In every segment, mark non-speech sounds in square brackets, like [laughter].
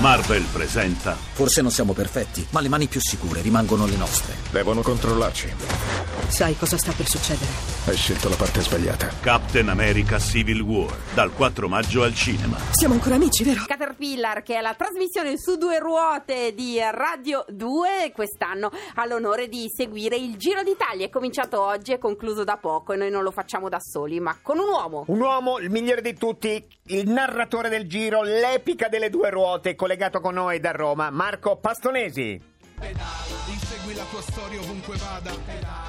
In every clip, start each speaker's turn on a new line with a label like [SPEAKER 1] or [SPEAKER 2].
[SPEAKER 1] Marvel presenta
[SPEAKER 2] Forse non siamo perfetti, ma le mani più sicure rimangono le nostre.
[SPEAKER 3] Devono controllarci.
[SPEAKER 4] Sai cosa sta per succedere?
[SPEAKER 3] Hai scelto la parte sbagliata.
[SPEAKER 1] Captain America Civil War dal 4 maggio al cinema.
[SPEAKER 4] Siamo ancora amici, vero?
[SPEAKER 5] Caterpillar, che è la trasmissione su due ruote di Radio 2, quest'anno ha l'onore di seguire il Giro d'Italia. È cominciato oggi e concluso da poco e noi non lo facciamo da soli, ma con un uomo.
[SPEAKER 6] Un uomo, il migliore di tutti, il narratore del giro, l'epica delle due ruote, collegato con noi da Roma, Marco Pastonesi.
[SPEAKER 7] Insegui la tua storia ovunque vada.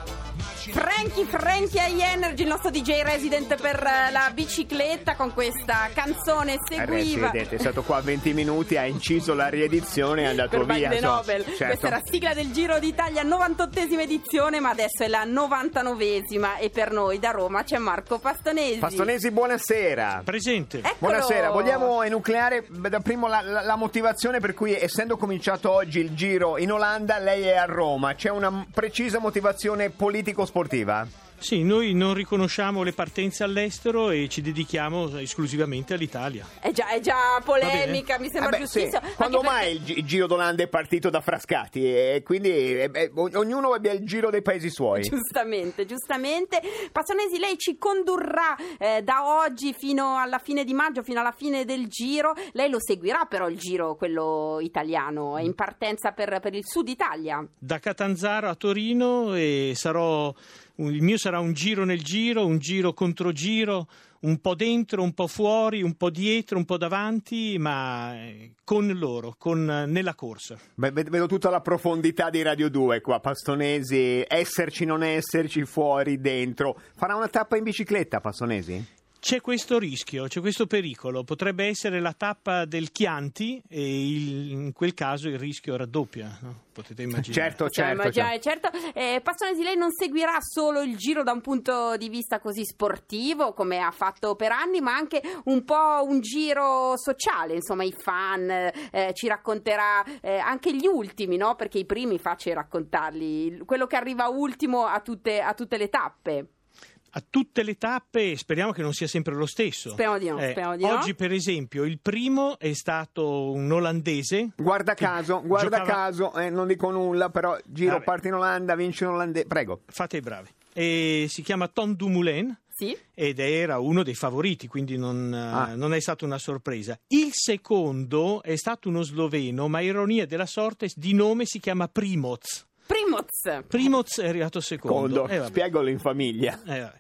[SPEAKER 5] Frankie Frankie e Energy, il nostro DJ resident per eh, la bicicletta con questa canzone
[SPEAKER 6] Eh,
[SPEAKER 5] seguiva.
[SPEAKER 6] Resident, è stato qua 20 minuti, ha inciso la riedizione e è andato
[SPEAKER 5] per
[SPEAKER 6] via.
[SPEAKER 5] Bande
[SPEAKER 6] insomma,
[SPEAKER 5] Nobel.
[SPEAKER 6] certo.
[SPEAKER 5] Questa era sigla del Giro d'Italia, 98esima edizione, ma adesso è la 99esima e per noi da Roma c'è Marco Pastonesi.
[SPEAKER 6] Pastonesi, buonasera.
[SPEAKER 8] Presente.
[SPEAKER 5] Eccolo.
[SPEAKER 6] Buonasera, vogliamo enucleare beh, da primo la, la- la motivazione per cui, essendo cominciato oggi il giro in Olanda, lei è a Roma. C'è una m- precisa motivazione politico-sportiva?
[SPEAKER 8] Sì, noi non riconosciamo le partenze all'estero e ci dedichiamo esclusivamente all'Italia.
[SPEAKER 5] È già, è già polemica, mi sembra
[SPEAKER 6] Vabbè,
[SPEAKER 5] giustissimo.
[SPEAKER 6] sì. Quando
[SPEAKER 5] Anche
[SPEAKER 6] mai il gi- il Giro d'Olanda è partito da Frascati? E quindi eh, eh, o- ognuno abbia il giro dei paesi suoi.
[SPEAKER 5] Giustamente, giustamente. Passanesi, lei ci condurrà eh, da oggi fino alla fine di maggio, fino alla fine del giro. Lei lo seguirà però il giro, quello italiano, è in partenza per, per il sud Italia.
[SPEAKER 8] Da Catanzaro a Torino e sarò, un- il mio sarà un giro nel giro, un giro contro giro, un po' dentro, un po' fuori, un po' dietro, un po' davanti, ma eh, con loro, con, eh, nella corsa.
[SPEAKER 6] Beh, ved- vedo tutta la profondità di Radio 2 qua, Pastonesi, esserci, non esserci, fuori, dentro. Farà una tappa in bicicletta, Pastonesi?
[SPEAKER 8] C'è questo rischio, c'è questo pericolo, potrebbe essere la tappa del Chianti e il- in quel caso il rischio raddoppia, no? potete immaginare.
[SPEAKER 6] Certo,
[SPEAKER 5] Cioè,
[SPEAKER 6] certo.
[SPEAKER 5] ma già-
[SPEAKER 6] certo.
[SPEAKER 5] certo. Eh, Passanesi, lei non seguirà solo il giro da un punto di vista così sportivo, come ha fatto per anni, ma anche un po' un giro sociale, insomma, i fan eh, ci racconterà eh, anche gli ultimi, no? Perché i primi facile raccontarli, quello che arriva ultimo a tutte, a tutte le tappe.
[SPEAKER 8] a tutte le tappe speriamo che non sia sempre lo stesso. Eh,
[SPEAKER 5] Speriamo di no, speriamo di no.
[SPEAKER 8] oggi, per esempio, il primo è stato un olandese.
[SPEAKER 6] Guarda
[SPEAKER 8] che
[SPEAKER 6] caso, guarda
[SPEAKER 8] giocava-
[SPEAKER 6] caso, eh, non dico nulla, però giro,
[SPEAKER 8] Vabbè.
[SPEAKER 6] parte in Olanda, vince in Olanda. Prego.
[SPEAKER 8] Fate i bravi. E si chiama Tom Dumoulin
[SPEAKER 5] Sì?
[SPEAKER 8] ed era uno dei favoriti, quindi non, eh,
[SPEAKER 6] Ah.
[SPEAKER 8] non è stata una sorpresa. Il secondo è stato uno sloveno, ma ironia della sorte, di nome si chiama Primoz.
[SPEAKER 5] Primoz.
[SPEAKER 8] Primoz è arrivato secondo.
[SPEAKER 6] Condo,
[SPEAKER 8] Eh, vabbè.
[SPEAKER 6] spiegalo in famiglia.
[SPEAKER 8] Eh, vabbè.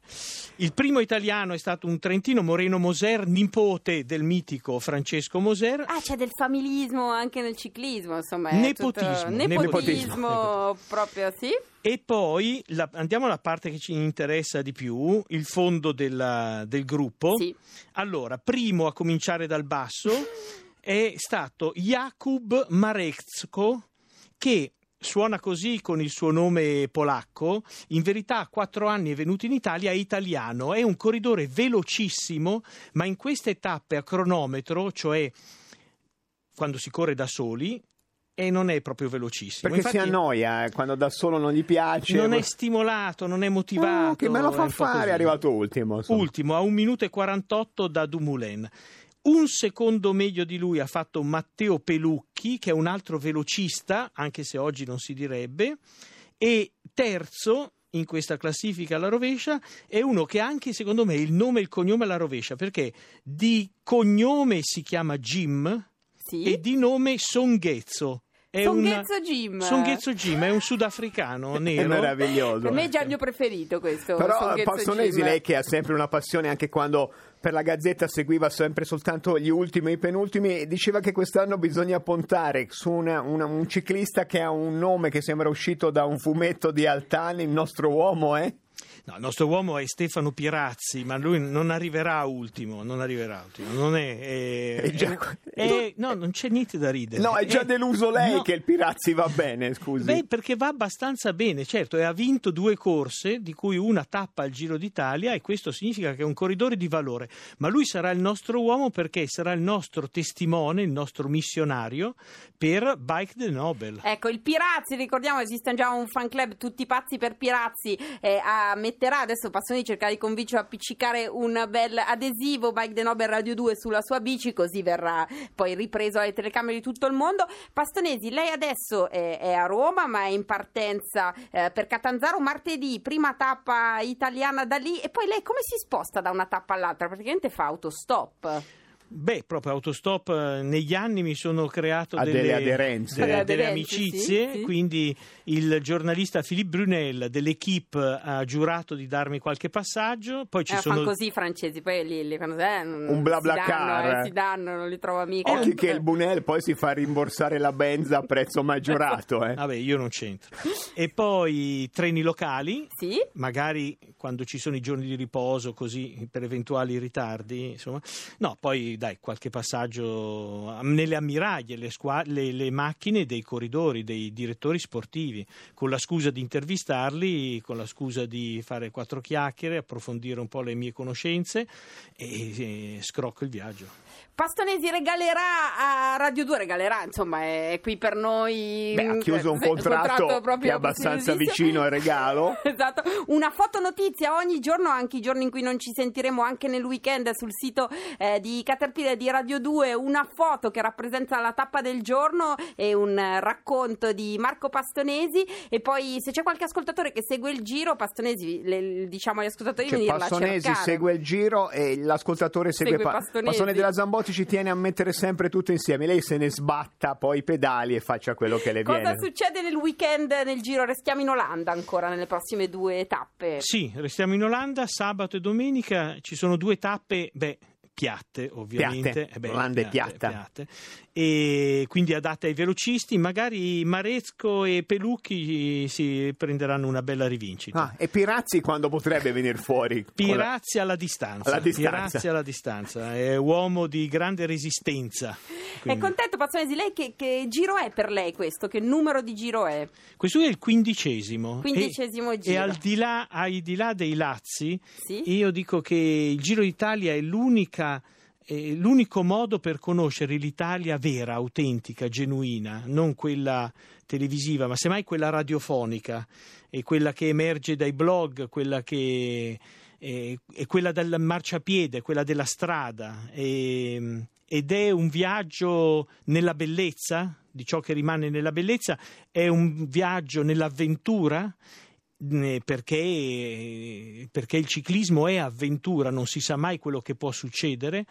[SPEAKER 8] il primo italiano è stato un trentino, Moreno Moser, nipote del mitico Francesco Moser.
[SPEAKER 5] Ah, c'è del familismo anche nel ciclismo, insomma. è
[SPEAKER 8] Nepotismo,
[SPEAKER 5] tutto-
[SPEAKER 8] nepotismo.
[SPEAKER 5] nepotismo proprio, sì?
[SPEAKER 8] E poi la- andiamo alla parte che ci interessa di più, il fondo della- del gruppo.
[SPEAKER 5] Sì.
[SPEAKER 8] Allora, primo a cominciare dal basso è stato Jakub Mareczko, che suona così con il suo nome polacco, in verità a quattro anni è venuto in Italia, è italiano, è un corridore velocissimo, ma in queste tappe a cronometro, cioè quando si corre da soli, e non è proprio velocissimo.
[SPEAKER 6] Perché si
[SPEAKER 8] Infatti-
[SPEAKER 6] annoia eh, quando da solo non gli piace.
[SPEAKER 8] non è stimolato, non è motivato.
[SPEAKER 6] Oh, che me lo
[SPEAKER 8] è
[SPEAKER 6] fa
[SPEAKER 8] un po'
[SPEAKER 6] fare,
[SPEAKER 8] così.
[SPEAKER 6] è arrivato ultimo. insomma.
[SPEAKER 8] Ultimo, a 1 minuto e 48 da Dumoulin. Un secondo meglio di lui ha fatto Matteo Pelucchi, che è un altro velocista, anche se oggi non si direbbe. E terzo in questa classifica alla rovescia è uno che ha anche secondo me il nome e il cognome alla rovescia, perché di cognome si chiama Jim
[SPEAKER 5] Sì.
[SPEAKER 8] e di nome Songhezzo. È un-
[SPEAKER 5] Songhezzo Jim.
[SPEAKER 8] Songhezzo Jim è un
[SPEAKER 6] [laughs]
[SPEAKER 8] sudafricano
[SPEAKER 6] È
[SPEAKER 8] nero.
[SPEAKER 6] meraviglioso.
[SPEAKER 5] Per me è già il mio preferito questo.
[SPEAKER 6] Però
[SPEAKER 5] Songhezzo
[SPEAKER 6] Pastonesi,
[SPEAKER 5] Jim.
[SPEAKER 6] lei che ha sempre una passione, anche quando per la Gazzetta seguiva sempre soltanto gli ultimi e i penultimi, diceva che quest'anno bisogna puntare su una- una- un ciclista che ha un nome che sembra uscito da un fumetto di Altani, il nostro uomo, eh?
[SPEAKER 8] No, il nostro uomo è Stefano Pirazzi, ma lui non arriverà ultimo, non arriverà ultimo, non è... è-
[SPEAKER 6] È già-
[SPEAKER 8] è- è- no, non c'è niente da ridere.
[SPEAKER 6] No, è già deluso lei
[SPEAKER 8] Eh, no.
[SPEAKER 6] che il Pirazzi va bene, scusi.
[SPEAKER 8] Beh, perché va abbastanza bene, certo, e ha vinto due corse, di cui una tappa al Giro d'Italia, e questo significa che è un corridore di valore. Ma lui sarà il nostro uomo perché sarà il nostro testimone, il nostro missionario per Bike the Nobel.
[SPEAKER 5] Ecco, il Pirazzi, ricordiamo esiste già un fan club, tutti pazzi per Pirazzi, eh, a metterà, adesso Passoni cercherà di convincerlo a appiccicare un bel adesivo Bike De Nobel Radio 2 sulla sua bici, così verrà poi ripreso alle telecamere di tutto il mondo. Pastonesi, lei adesso è, è a Roma, ma è in partenza eh, per Catanzaro martedì, prima tappa italiana da lì, e poi lei come si sposta da una tappa all'altra? Praticamente fa autostop.
[SPEAKER 8] Beh, proprio autostop eh, negli anni mi sono creato
[SPEAKER 6] Ha
[SPEAKER 8] delle,
[SPEAKER 6] delle aderenze.
[SPEAKER 8] [laughs] delle-
[SPEAKER 5] Delle
[SPEAKER 8] delle
[SPEAKER 5] aderenze,
[SPEAKER 8] amicizie,
[SPEAKER 5] sì, sì.
[SPEAKER 8] quindi il giornalista Philippe Brunel dell'Equipe ha giurato di darmi qualche passaggio, poi ci
[SPEAKER 5] Eh,
[SPEAKER 8] sono
[SPEAKER 5] Fanno così i francesi, poi lì, lì quando, eh, non-
[SPEAKER 6] Un bla bla
[SPEAKER 5] si danno,
[SPEAKER 6] car.
[SPEAKER 5] eh, si danno, non li trovo mica.
[SPEAKER 6] Occhi che il Bunel poi si fa rimborsare la benza a prezzo maggiorato.
[SPEAKER 8] [laughs]
[SPEAKER 6] Eh.
[SPEAKER 8] Vabbè, io non c'entro. E poi treni locali,
[SPEAKER 5] Sì?
[SPEAKER 8] magari quando ci sono i giorni di riposo, così per eventuali ritardi, insomma. No, poi dai, qualche passaggio am- nelle ammiraglie, le, squa- le- le macchine dei corridori, dei direttori sportivi, con la scusa di intervistarli, con la scusa di fare quattro chiacchiere, approfondire un po' le mie conoscenze e, e scrocco il viaggio.
[SPEAKER 5] Pastonesi regalerà a Radio 2, regalerà, insomma, è qui per noi.
[SPEAKER 6] Beh, ha
[SPEAKER 5] [laughs]
[SPEAKER 6] chiuso un
[SPEAKER 5] Sì,
[SPEAKER 6] contratto
[SPEAKER 5] proprio
[SPEAKER 6] che è abbastanza
[SPEAKER 5] preziosissimo.
[SPEAKER 6] vicino al regalo.
[SPEAKER 5] [laughs] esatto, una fotonotizia ogni giorno, anche i giorni in cui non ci sentiremo, anche nel weekend sul sito eh, di Caterpillar e di Radio 2, una foto che rappresenta la tappa del giorno e un eh, racconto di Marco Pastonesi. E poi se c'è qualche ascoltatore che segue il giro, Pastonesi, le- diciamo agli ascoltatori di
[SPEAKER 6] Cioè,
[SPEAKER 5] venirla a
[SPEAKER 6] Passonesi
[SPEAKER 5] cercare.
[SPEAKER 6] segue il giro e l'ascoltatore segue,
[SPEAKER 5] Segue
[SPEAKER 6] Pa-
[SPEAKER 5] Pastonesi.
[SPEAKER 6] Passone della Zambotti ci tiene a mettere sempre tutto insieme. Lei se ne sbatta poi i pedali e faccia quello che le
[SPEAKER 5] Cosa
[SPEAKER 6] viene.
[SPEAKER 5] succede nel weekend nel giro? Restiamo in Olanda ancora nelle prossime due tappe.
[SPEAKER 8] Sì, restiamo in Olanda, sabato e domenica ci sono due tappe, beh, piatte ovviamente. Eh
[SPEAKER 6] Piatte, Olanda è piatta.
[SPEAKER 8] piatte. E quindi adatte ai velocisti, magari Marezco e Pelucchi si prenderanno una bella rivincita.
[SPEAKER 6] Ah, e Pirazzi quando potrebbe venire fuori? Con la-
[SPEAKER 8] Pirazzi alla distanza,
[SPEAKER 6] Alla distanza.
[SPEAKER 8] Pirazzi alla distanza, è uomo di grande resistenza.
[SPEAKER 5] È
[SPEAKER 8] Quindi-
[SPEAKER 5] contento Pazzonesi, lei che, che giro è per lei questo? Che numero di giro è?
[SPEAKER 8] Questo è il quindicesimo.
[SPEAKER 5] Quindicesimo
[SPEAKER 8] e,
[SPEAKER 5] giro.
[SPEAKER 8] E al di là, ai di là dei lazzi,
[SPEAKER 5] Sì?
[SPEAKER 8] Io dico che il Giro d'Italia è l'unica- è l'unico modo per conoscere l'Italia vera, autentica, genuina, non quella televisiva, ma semmai quella radiofonica, e quella che emerge dai blog, quella che è, è quella del marciapiede, quella della strada, e- ed è un viaggio nella bellezza, di ciò che rimane nella bellezza, è un viaggio nell'avventura mh, perché, perché il ciclismo è avventura, non si sa mai quello che può succedere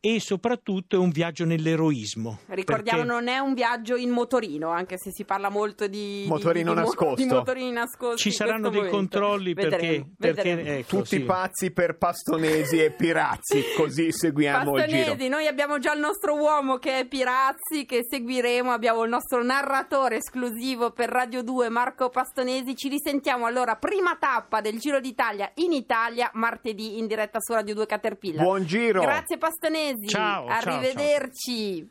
[SPEAKER 8] e soprattutto è un viaggio nell'eroismo.
[SPEAKER 5] Ricordiamo,
[SPEAKER 8] perché
[SPEAKER 5] non è un viaggio in motorino, anche se si parla molto di
[SPEAKER 6] Motorino
[SPEAKER 5] di- di mo-
[SPEAKER 6] nascosto.
[SPEAKER 5] di motorini nascosti
[SPEAKER 8] ci
[SPEAKER 5] in
[SPEAKER 8] saranno
[SPEAKER 5] questo
[SPEAKER 8] dei
[SPEAKER 5] momento.
[SPEAKER 8] controlli perché,
[SPEAKER 5] Vedremo,
[SPEAKER 8] perché-
[SPEAKER 5] vedremo.
[SPEAKER 8] ecco,
[SPEAKER 6] Tutti
[SPEAKER 8] sì.
[SPEAKER 6] pazzi per Pastonesi e Pirazzi, così seguiamo il
[SPEAKER 5] Pastonesi,
[SPEAKER 6] giro.
[SPEAKER 5] noi abbiamo già il nostro uomo che è Pirazzi, che seguiremo, abbiamo il nostro narratore esclusivo per Radio 2, Marco Pastonesi. Ci risentiamo allora, prima tappa del Giro d'Italia in Italia, martedì in diretta su Radio 2 Caterpillar.
[SPEAKER 6] Buon giro!
[SPEAKER 5] Grazie Pastonesi,
[SPEAKER 8] Ciao, ciao, ciao.
[SPEAKER 5] arrivederci.